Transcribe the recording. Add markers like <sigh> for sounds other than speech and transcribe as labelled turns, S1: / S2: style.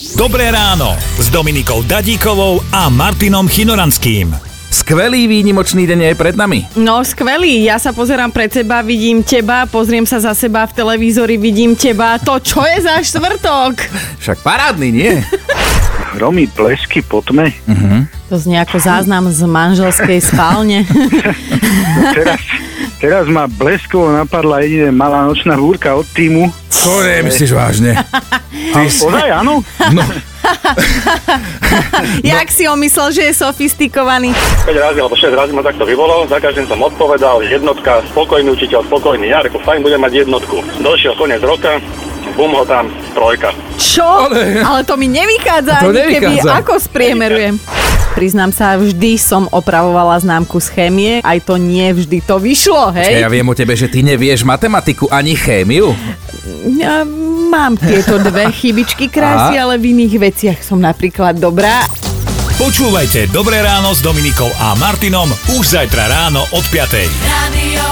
S1: Dobré ráno s Dominikou Dadíkovou a Martinom Chinoranským.
S2: Skvelý výnimočný deň je pred nami.
S3: No skvelý, ja sa pozerám pred seba, vidím teba, pozriem sa za seba v televízori, vidím teba. To čo je za štvrtok?
S2: Však parádny, nie?
S4: Hromy, blesky, potme.
S3: To znie ako záznam z manželskej spálne.
S4: No Teraz, teraz ma bleskovo napadla jedine malá nočná búrka od týmu.
S2: To nemyslíš <laughs> vážne. Ty si...
S4: Ozaj, áno?
S2: No,
S3: <laughs> Jak si on myslel, že je sofistikovaný?
S5: 5 razy alebo 6 razy ma takto vyvolal, za každým som odpovedal, jednotka, spokojný učiteľ, spokojný ja, ako fajn, budem mať jednotku. Došiel koniec roka, bum ho tam, trojka.
S3: Čo?
S2: Ale-
S3: Ale, to mi
S2: <laughs>
S3: nevychádza,
S2: To
S3: to ani keby
S2: nevychádza.
S3: ako spriemerujem. Priznám sa, vždy som opravovala známku z chémie, aj to nie vždy to vyšlo,
S2: ja
S3: hej?
S2: viem o tebe, že ty nevieš matematiku ani chémiu.
S3: Ja mám tieto dve chybičky krásy, ale v iných veciach som napríklad dobrá.
S1: Počúvajte Dobré ráno s Dominikou a Martinom už zajtra ráno od 5.
S6: Radio